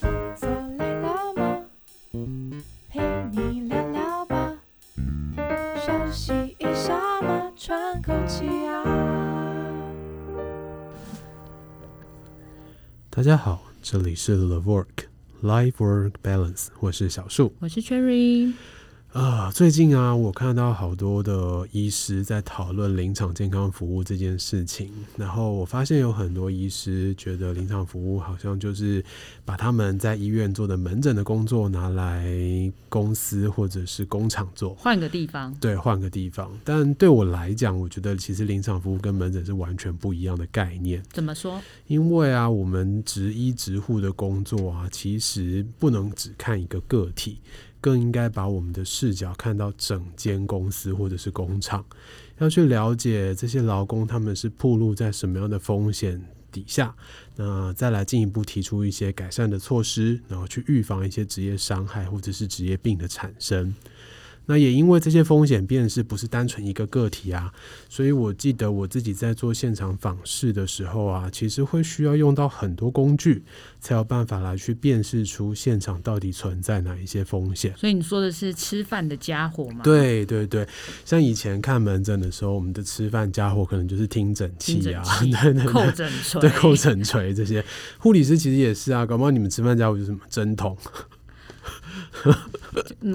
坐累了吗？陪你聊聊吧，休息一下嘛，喘口气啊。大家好，这里是 The Work Life Work Balance，我是小树我是 Cherry，啊。最近啊，我看到好多的医师在讨论临场健康服务这件事情，然后我发现有很多医师觉得临场服务好像就是把他们在医院做的门诊的工作拿来公司或者是工厂做。换个地方，对，换个地方。但对我来讲，我觉得其实临场服务跟门诊是完全不一样的概念。怎么说？因为啊，我们执医执护的工作啊，其实不能只看一个个体，更应该把我们的视角看到整间公司或者是工厂，要去了解这些劳工他们是暴露在什么样的风险底下，那再来进一步提出一些改善的措施，然后去预防一些职业伤害或者是职业病的产生。那也因为这些风险辨识不是单纯一个个体啊，所以我记得我自己在做现场访视的时候啊，其实会需要用到很多工具，才有办法来去辨识出现场到底存在哪一些风险。所以你说的是吃饭的家伙嘛？，对对对，像以前看门诊的时候，我们的吃饭家伙可能就是听诊听器诊啊，器对 对扣对，枕锤，对扣诊锤这些。护理师其实也是啊，搞不好你们吃饭家伙就是什么针筒，嗯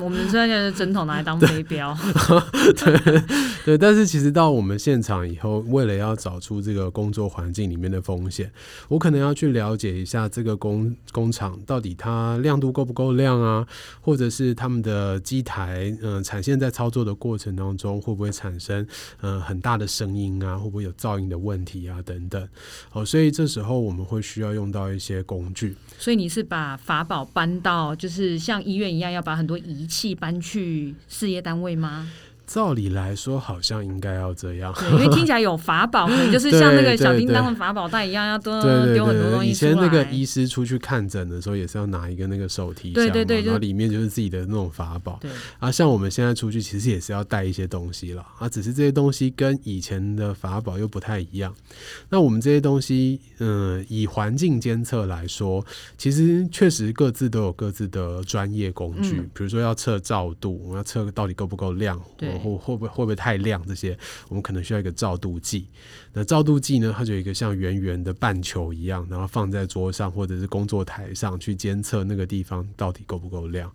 我们现在的针筒拿来当 飞镖，对，但是其实到我们现场以后，为了要找出这个工作环境里面的风险，我可能要去了解一下这个工工厂到底它亮度够不够亮啊，或者是他们的机台，嗯、产线在操作的过程当中会不会产生嗯、呃很大的声音啊，会不会有噪音的问题啊等等。好，所以这时候我们会需要用到一些工具。所以你是把法宝搬到，就是像医院一样，要把很多仪器搬去事业单位吗？照理来说，好像应该要这样。 对，因为听起来有法宝，可能就是像那对对个小叮当对的法宝袋一样，要 多对对对啊丢很多东以西出前那个来。医师出去看诊的时候，也是要拿一个那个手提箱嘛，对对对就然后里面就是自己的那种法宝。对，啊，像我们现在出去，其实也是要带一些东西啦，啊，只是这些东西跟以前的法宝又不太一样。那我们这些东西，嗯、以环境监测来说，其实确实各自都有各自的专业工具，嗯比如说要测照度，我们要测到底够不够亮，对或会不会会不会太亮，这些我们可能需要一个照度计。那照度计呢，它就有一个像圆圆的半球一样，然后放在桌上或者是工作台上去监测那个地方到底够不够亮。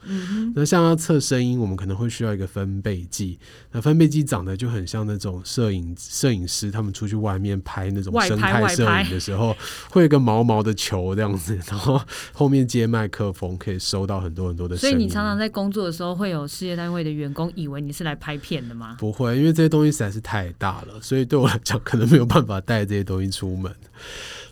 那像要测声音，我们可能会需要一个分贝计。那分贝计长得就很像那种摄影摄影师他们出去外面拍那种外拍生态外摄拍影的时候，会有一个毛毛的球这样子， 然后后面接麦克风，可以收到很多很多的所声以音。你常常在工作的时候，会有事业单位的员工以为你是来拍片的吗？不会，因为这些东西实在是太大了，所以对我来讲可能没有办法带这些东西出门。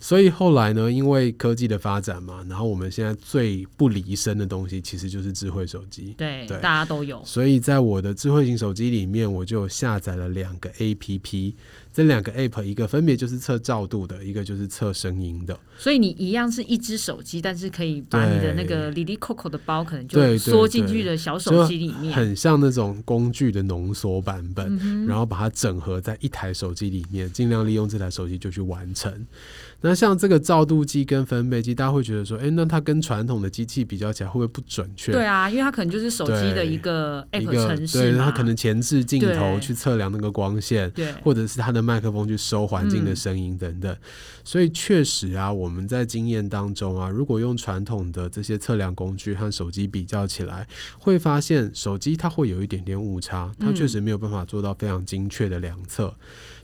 所以后来呢，因为科技的发展嘛，然后我们现在最不离身的东西其实就是智慧手机。对，对大家都有。所以在我的智慧型手机里面，我就下载了两个 APP，这两个 APP 一个分别就是测照度的，一个就是测声音的。所以你一样是一只手机，但是可以把你的对那个 Lily Coco 的包可能对对就缩进去的小手机里面。很像那种工具的浓缩版嗯本，然后把它整合在一台手机里面，尽量利用这台手机就去完成。那像这个照度机跟分贝机，大家会觉得说，诶，那它跟传统的机器比较起来，会不会不准确？对啊，因为它可能就是手机的一个一 App 个程式对，嘛，它可能前置镜头对去测量那个光线，对或者是它的麦克风去收环境的声音等等。所以确实啊，我们在经验当中啊，如果用传统的这些测量工具和手机比较起来，会发现手机它会有一点点误差，它确实没有办法做到非常精确的量测。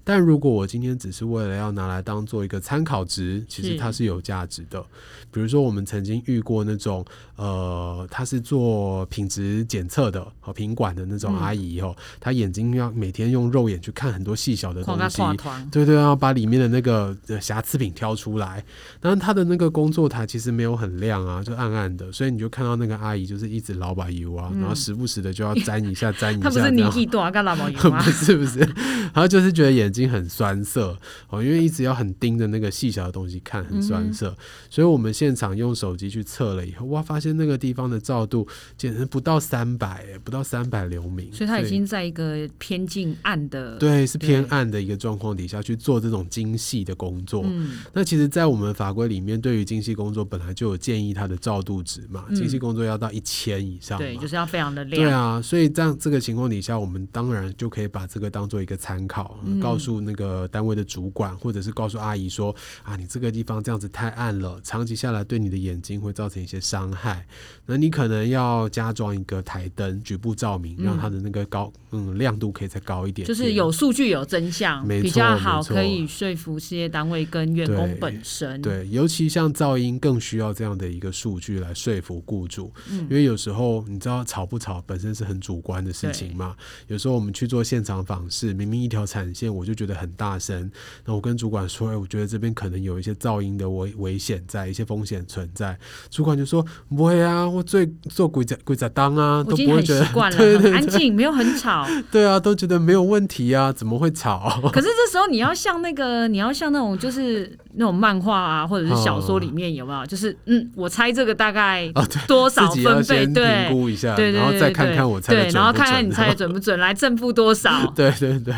但如果我今天只是为了要拿来当做一个参考值，其实是它是有价值的。比如说，我们曾经遇过那种呃，她是做品质检测的和品管的那种嗯阿姨哦，她眼睛要每天用肉眼去看很多细小的东狂啊它西，跨团。对对，要把里面的那个呃瑕疵品挑出来。但他的那个工作台其实没有很亮啊，就暗暗的，所以你就看到那个阿姨就是一直老把油啊，然后时不时的就要沾一下沾一下嗯它不这是你样。一朵啊，干老毛油 不吗？ 是不是，然后就是觉得眼眼睛很酸涩哦，因为一直要很盯着那个细小的东西看，很酸嗯涩。所以我们现场用手机去测了以后，哇，发现那个地方的照度简直不到三百，不到三百流明，所以它已经在一个偏近暗的，对，是偏对暗的一个状况底下去做这种精细的工作。嗯，那其实，在我们法规里面，对于精细工作本来就有建议它的照度值嘛，嗯精细工作要到一千以上嘛。对，就是要非常的啊对亮，啊，所以这样这个情况底下，我们当然就可以把这个当做一个参考，嗯告诉那个单位的主管，或者是告诉阿姨说啊，你这个地方这样子太暗了，长期下来对你的眼睛会造成一些伤害。那你可能要加装一个台灯、局部照明，嗯让它的那个高嗯亮度可以再高一点点就是有数据有真相，没错比较好，没错可以说服事业单位跟员工对本身，对，尤其像噪音更需要这样的一个数据来说服雇主，嗯因为有时候你知道吵不吵本身是很主观的事情嘛。有时候我们去做现场访视，明明一条产线我就觉得很大声，那我跟主管说，哎，我觉得这边可能有一些噪音的危危险在，一些风险存在。主管就说不会啊，我最做鬼仔鬼仔当啊，我都不已经会很觉习得惯 了，对很对安静，没有很吵。对啊，都觉得没有问题啊，怎么会吵？ 可是这时候你要像那个，你要像那种就是那种漫画啊，或者是小说里面有没有？就是嗯，我猜这个大概啊，对。多少自己要分贝？先评对。估一下，对对对对，然后再看看我猜的对，准然后不看看准你猜的准不准，来正负多少？ 对对对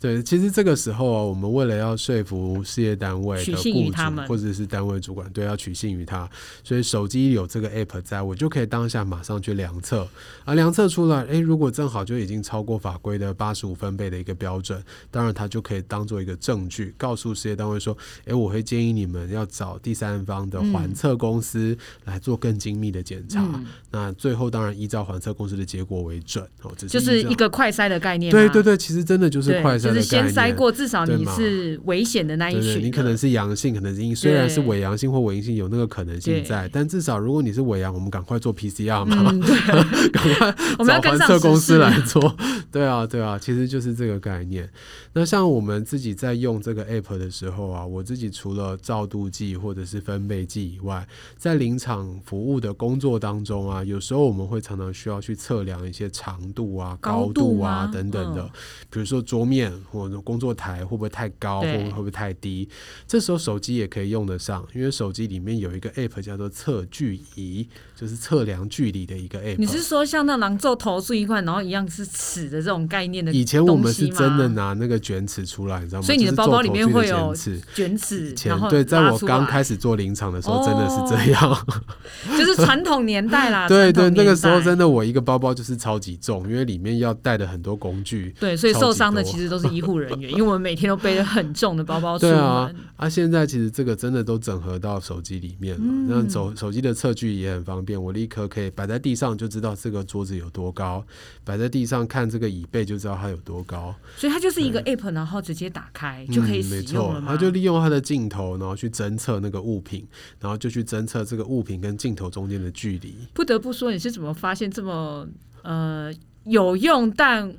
对，其实这个时候啊，我们为了要说服事业单位取的信于雇他们主或者是单位主管，对，要取信于他，所以手机有这个 app 在，我就可以当下马上去量测，啊，量测出来，诶，如果正好就已经超过法规的八十五分贝的一个标准，当然它就可以当做一个证据，告诉事业单位说，诶，我会建议你们要找第三方的环嗯测公司来做更精密的检查，嗯，那最后当然依照环测公司的结果为准，哦，只就是依是照一个快筛的概念嘛。对对对，其实真的就是对，快筛的就是概先念筛过，至少对你嘛是危险的那一对对，群。你可能是阳性，可能是阴，虽然是对伪阳性或伪阴性有那个可能性在，但至少如果你是伪阳，我们赶快做 PCR 嘛，嗯，对， 赶快 我们 要找跟环上测时公司事来做。 对啊，对啊，其实就是这个概念。那像我们自己在用这个 app 的时候啊，我自己除了照度计或者是分贝计以外，在临场服务的工作当中啊，有时候我们会常常需要去测量一些长度啊、高高度度啊吗等等的，嗯比如说桌面或者工作台会不会太高，对或会不会太低。这时候手机也可以用得上，因为手机里面有一个 app 叫做测距仪，就是测量距离的一个 app。你是说像那狼咒投诉一块，然后一样是尺的这种概念的以前我们是东西吗真的拿那个卷尺出来，你知道吗？所以你的就是包包里面会做有头自己的卷尺。卷尺以，前然后对，在拉我出刚来哦开始做临场的时候，真的是这样。 就是传统年代啦，对对，传统那年代个时候真的，我一个包包就是超级重，因为里面要带的很多工具。对，所以超级受伤的多其实都是医 护人员，因为我们每天都背着很重的包包出对啊门，，啊，现在其实这个真的都整合到手机里面了，嗯那手手机的测距也很方便，我立刻可以摆在地上就知道这个桌子有多高，摆在地上看这个椅背就知道它有多高。所以它就是一个 app，然后直接打开就可以使用嗯、没了嘛。错，他就利用他的镜头，然后去侦测那个物品，然后就去侦测这个物品跟镜头中间的距离。不得不说，你是怎么发现这么呃有用但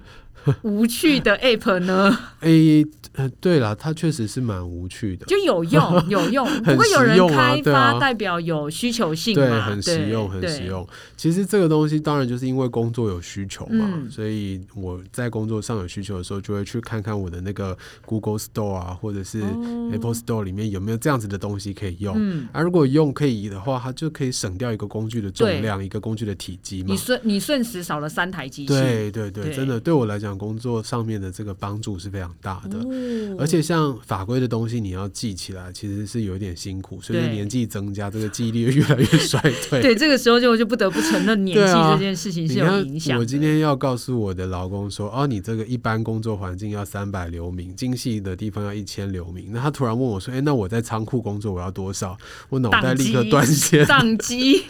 无趣的 app 呢？诶、呃，对了，它确实是蛮无趣的。就有用， 有用，不过有实人用啊开对发，啊代表有需求性对，嘛，很实用，很对实。用。其实这个东西当然就是因为工作有需求嘛，嗯所以我在工作上有需求的时候，就会去看看我的那个 Google Store 啊，或者是哦 Apple Store 里面有没有这样子的东西可以用。嗯，而、如果用可以的话，它就可以省掉一个工具的对重量，一个工具的体积嘛。你瞬你瞬时少了三台机器，嗯对对对，对真的对我来讲，工作上面的这个帮助是非常大的。哦而且像法规的东西，你要记起来，其实是有一点辛苦。随着对年纪增加，这个记忆力越来越衰退。 对，这个时候就就不得不承认年纪对啊这件事情你是有影响看，的。我今天要告诉我的劳工说，哦，你这个一般工作环境要三百流明，精细的地方要一千流明。那他突然问我说，哎，那我在仓库工作我要多少？我脑袋宕立刻机断 线，宕机，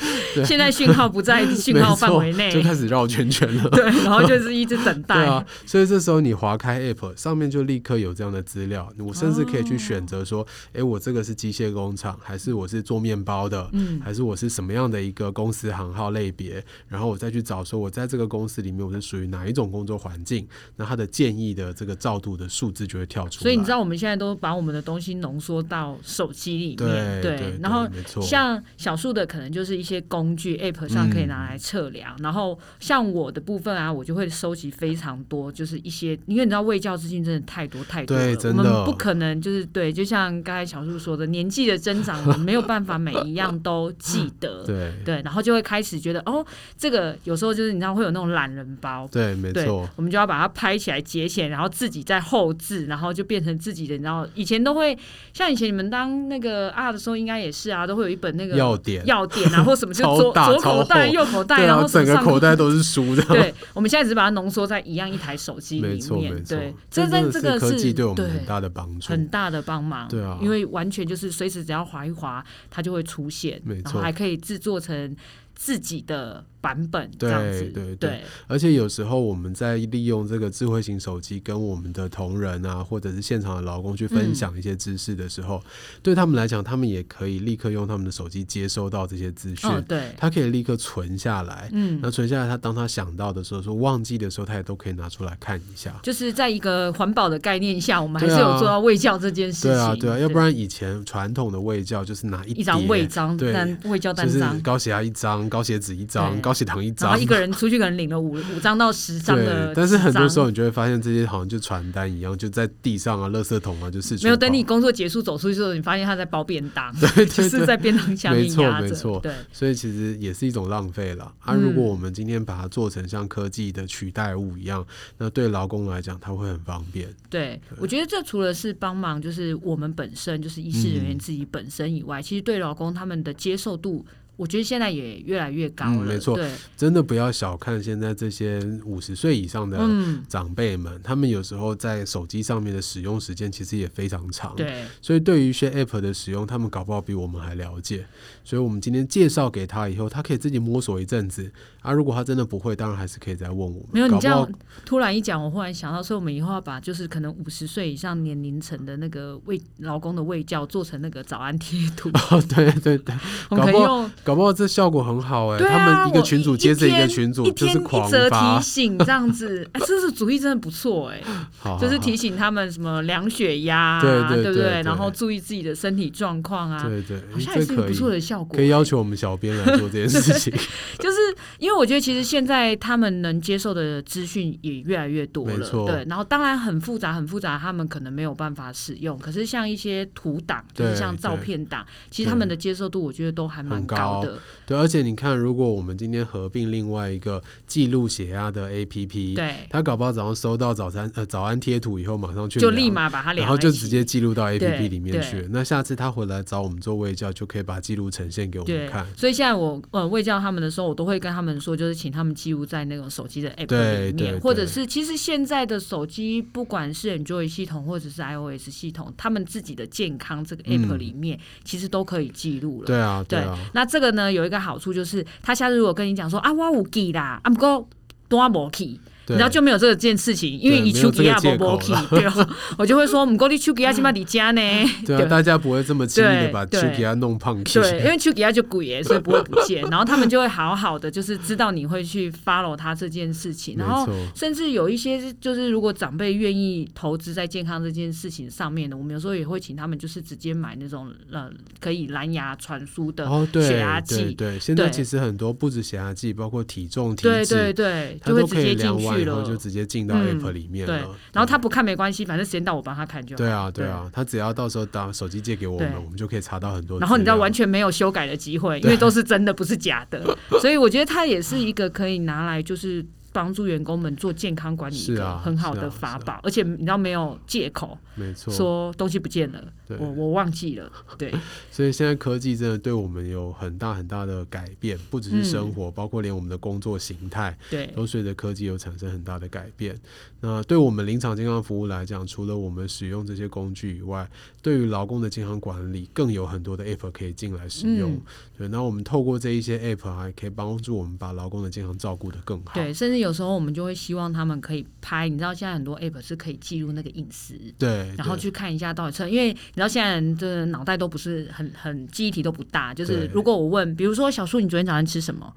现在讯号不在讯没号范错围内，就开始绕圈圈了。对，然后就是一直等待。对啊，所以这时候你划开 App 上面就立刻有这样的资料，我甚至可哦以去选择说，诶，我这个是机械工厂，还是我是做面包的，嗯还是我是什么样的一个公司行号类别，然后我再去找说我在这个公司里面我是属于哪一种工作环境，那它的建议的这个照度的数字就会跳出来。所以你知道，我们现在都把我们的东西浓缩到手机里面，对对。对，然后没错，像小树的，可能就是一些工具 App 上可以拿来测量。然后像我的部分啊，我就会收集非常多，就是一些，因为你知道卫教资金真的太多太多了，对真我的们不可能就是对，就像刚才小树说的，年纪的增长，我们没有办法每一样都记 得，对对，然后就会开始觉得哦，这个有时候就是你知道会有那种懒人包。对，没对错，，我们就要把它拍起来截起来，然后自己再后置，然后就变成自己的。然后以前都会像以前你们当那个啊的时候，应该也是啊，都会有一本那个要点要点啊，或什么，就超左大左超口袋、厚右口袋，对然啊，后什整么个上口袋都是书的， 对，我们现在只是把它浓缩在一样一台手机没里错没面。错对，，这真但的这是个科技是对我们很大的帮助，很大的帮忙。对啊因为完全就是随时只要划一划，它就会出现，没错然后还可以制作成自己的版本这对样子。对对对而且有时候我们在利用这个智慧型手机跟我们的同仁啊，或者是现场的劳工去嗯分享一些知识的时候，对他们来讲，他们也可以立刻用他们的手机接收到这些资讯，嗯对，他可以立刻存下来。嗯那。存下来，他当他想到的时候，说忘记的时候，他也都可以拿出来看一下。就是在一个环保的概念下，我们还对是啊有做到卫教这件事情。对啊，对啊，要不然以前传统的卫教就是拿一一张叠卫章对单、卫教单就是张，高血压一张，高血脂一张，对高血糖一然后张，一个人出去可能领了五五张到十张的对，，但是很多时候。候你就会发现这些好像就传单一样，就在地上啊、垃圾桶啊，就四处没有等跑 你。工作结束走出去之后，你发现他在包便当，对就对 是在便当下面没错压着。没错对，所以其实也是一种浪费了啊！嗯如果我们今天把它做成像科技的取代物一样，那对劳工来讲，它会很方便。对，我觉得这除了是帮忙，就是我们本身就是医师人员自己本身以嗯外，其实对老公他们的接受度，我觉得现在也越来越高了。嗯没错对，真的不要小看现在这些五十岁以上的嗯，长辈们，他们有时候在手机上面的使用时间其实也非常长。对，所以对于一些 App 的使用，他们搞不好比我们还了解。所以我们今天介绍给他以后，他可以自己摸索一阵子啊。如果他真的不会，当然还是可以再问我们。没有你搞不这好样突然一讲，我忽然想到，所以我们以后要把就是可能五十岁以上年龄层的那个卫老公的卫教做成那个早安贴 图，哦，对对对，我们可以搞不用搞不好这效果很好哎、对啊，他们一个我群主接着一个群主一，就天是一狂则发 提，醒这样子，哎，这是主意真的不错哎，好就是好提醒他们什么量血压啊，啊对对不对对？对然后注意自己的身体状况好啊。对对，好像也这是一个可不错以的效果，可以要求我们小编来做这件事 情，就是因为我觉得其实现在他们能接受的资讯也越来越多没了，错对。然后当然很复杂，很复杂，他们可能没有办法使用。可是像一些图档，就是对像照对片档，其实他们的接受度我觉得都还蛮很高高的，对，而且你看，如果我们今天合并另外一个记录血压的 APP，对，他搞不好早上收到早餐呃早安贴图以后，马上去就量立。马把它量，然后就直接。记录到 A P 对 P 里面去对。那下次他回来找我们做卫教，就可以把记录呈现给我们对看。，所以现在我呃喂教他们的时候，我都会跟他们说，就是请他们记录在那种手机的 app 对里对面，或者对是其实现在的手机，不管是 Android 系统或者是 iOS 系统，他们自己的健康这个 app 嗯里面，其实都可以记录了。对啊，对啊，那这个呢有一个好处就是，他下次如果跟你讲说啊，我有记啦，啊不过多无去，你啊对，知道就没有这个件事情，因为对你没有手这机个啊借无口去，对哦，我就会说，唔过你手机 啊起码你家呢，对啊，对大家不会这么轻易的对把对 Q 给他弄胖去。对，因为手机啊就贵耶，所以不会不见，然后他们就会好好的，就是知道你会去 follow 他这件事情， 没然后错。甚至有一些就是，如果长辈愿意投资在健康这件事情上面的，我们有时候也会请他们就是直接买那种呃可以蓝牙传输的哦，对血压对计对，现在对其实很多不止血压计，包括体重、体对对脂，对，它就会都直可接以进量完以去后了。就直接进到嗯 App 里面对了。，嗯然后他不看没关系，反正时间到我帮他看就好。对啊对对啊，他只要到时候打手机借给我们对，我们就可以查到很多资料。然后你知道完全没有修改的机会，因为都是真的，不是假 的。所以我觉得它也是一个可以拿来就是帮助员工们做健康管理一是个啊很好是的啊法是啊宝，而且你知道没有借口没错，说东西不见了，对我我忘记了， 对。所以现在科技真的对我们有很大很大的改变，不只是生活，包括连我们的工作形态嗯对，都随着科技有产生很大的改变。那对我们临场健康服务来讲，除了我们使用这些工具以外，对于劳工的健康管理更有很多的 app 可以进来使用。嗯对，那我们透过这一些 app 还可以帮助我们把劳工的健康照顾得更好。对，甚至有时候我们就会希望他们可以拍，你知道现在很多 app 是可以记录那个饮食，对，然后哎对去看一下到底测，因为你知道现在人的脑袋都不是很很记忆体都不大，就是对如果我问，比如说小树，你昨天早上吃什么？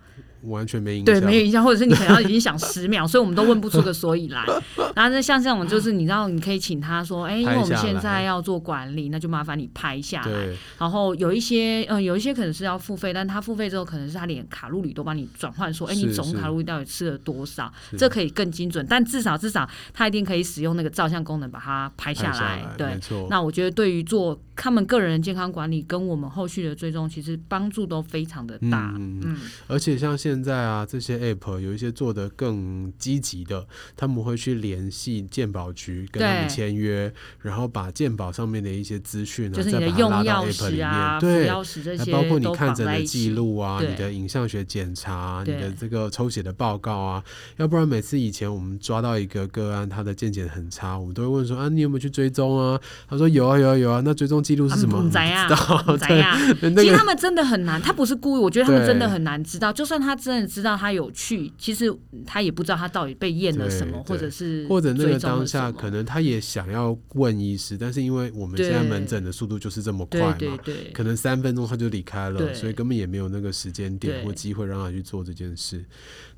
完全没影响。对，没有影响，或者是你可能要已经想十秒，所以我们都问不出个所 以来。然后那像这种，就是你知道，你可以请他说，哎、因为我拍们下现在来要做管理，那就麻烦你拍下来。对然后有一些，呃，有一些可能是要付费，但他付费之后，可能是他连卡路里都帮你转换，说，哎，你是总是卡路里到底吃了多少？是这可以更精准，但至少至少他一定可以使用那个照相功能把它拍拍下下来。对没，错。那我觉得对于做他们个人的健康管理跟我们后续的追踪，其实帮助都非常的大。嗯嗯，而且像现在啊，这些 app 有一些做的更积极的，他们会去联系健保局跟他们对签约，然后把健保上面的一些资讯呢、就是你再的把它拉用到药 app 里史面，啊、服对。药史这还些包括你都看绑诊在的一记起。录啊，对你的影像学检查，你对的这个抽血的报告啊，要不然每次以前我们抓到一个个案，他的健检很差，我们都会问说啊，你有没有去追踪啊？他说有啊有啊有啊，那追踪记录是什么？啊我们不知啊不不知知道，啊 对， 那其实个他们真的很难，他不是故意，我觉得他们对真的很难知道。就算他真的知道他有去，其实他也不知道他到底被验了什么，对对或者是或者那追个踪了当什下么可能他也想要问医师，但是因为我们现在对门诊的速度就是这么快对嘛，对对可能三分钟他就离开了，对所以根本也没有那个时间点对或机会让他去做这件事。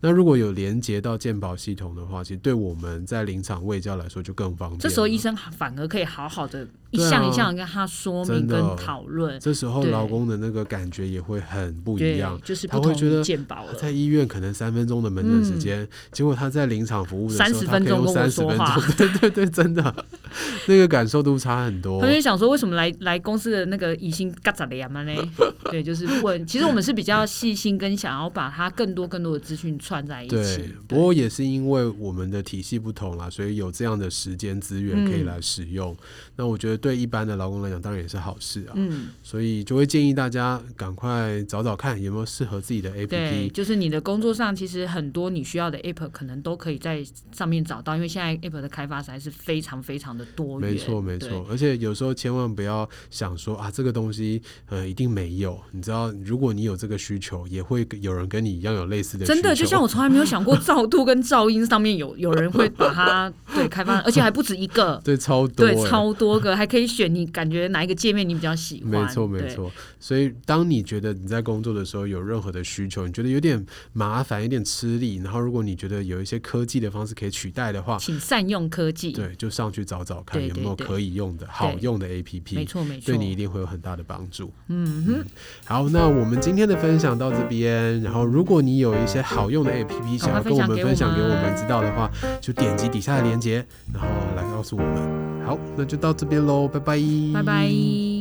那如果有连接到健保系统的话，其实对我们在临场卫教来说就更方便了。这时候医生反而可以好好的一对啊项一项地跟他说明真的跟讨论，这时候对老公的那个感觉也会很不一对样，。就是他不会同觉得于健保他了。在医院可能三分钟的门诊时间，结果他在临场服务的时候，他可30以嗯分钟用跟三我十说分话钟， 对对对，真的， 那个感受度差很多。他就想说，为什么来来公司的那个疑心嘎咋的呀嘛 呢？对，就是问。其实我们是比较细心，跟想要把它更多更多的资讯串在一对起。，不过也是因为我们的体系不同啦，所以有这样的时间资源嗯可以来使用。那我觉得对一般的劳工来讲，当然也是好事啊。嗯，所以就会建议大家赶快找找看有没有适合自己的对， APP。就是你的工作上，其实很多你需要的 app 可能都可以在上面找到，因为现在 app 的开发实在是非常非常的多元。没错，没对错，而且有时候千万不要想说啊，这个东西呃一定没有。你知道，如果你有这个需求，也会有人跟你一样有类似的需求。真的，就像我我从来没有想过噪度跟噪音上面 有有人会把它对 开发，而且还不止一个，对超多、对欸，，超多个，还可以选你感觉哪一个界面你比较喜欢。没错，没对。错。所以，当你觉得你在工作的时候有任何的需求，你觉得有点麻烦、有点吃力，然后如果你觉得有一些科技的方式可以取代的话，请善用科技。对，就上去找找看对有没有对对可以用的、好用的 APP。没错，没错，对你一定会有很大的帮助。嗯哼，好，那我们今天的分享到这边。然后，如果你有一些好用的 APP 想要跟我们分享给我们知道的话，就点击底下的链接，然后来告诉我们。好，那就到这边喽，拜拜，拜拜。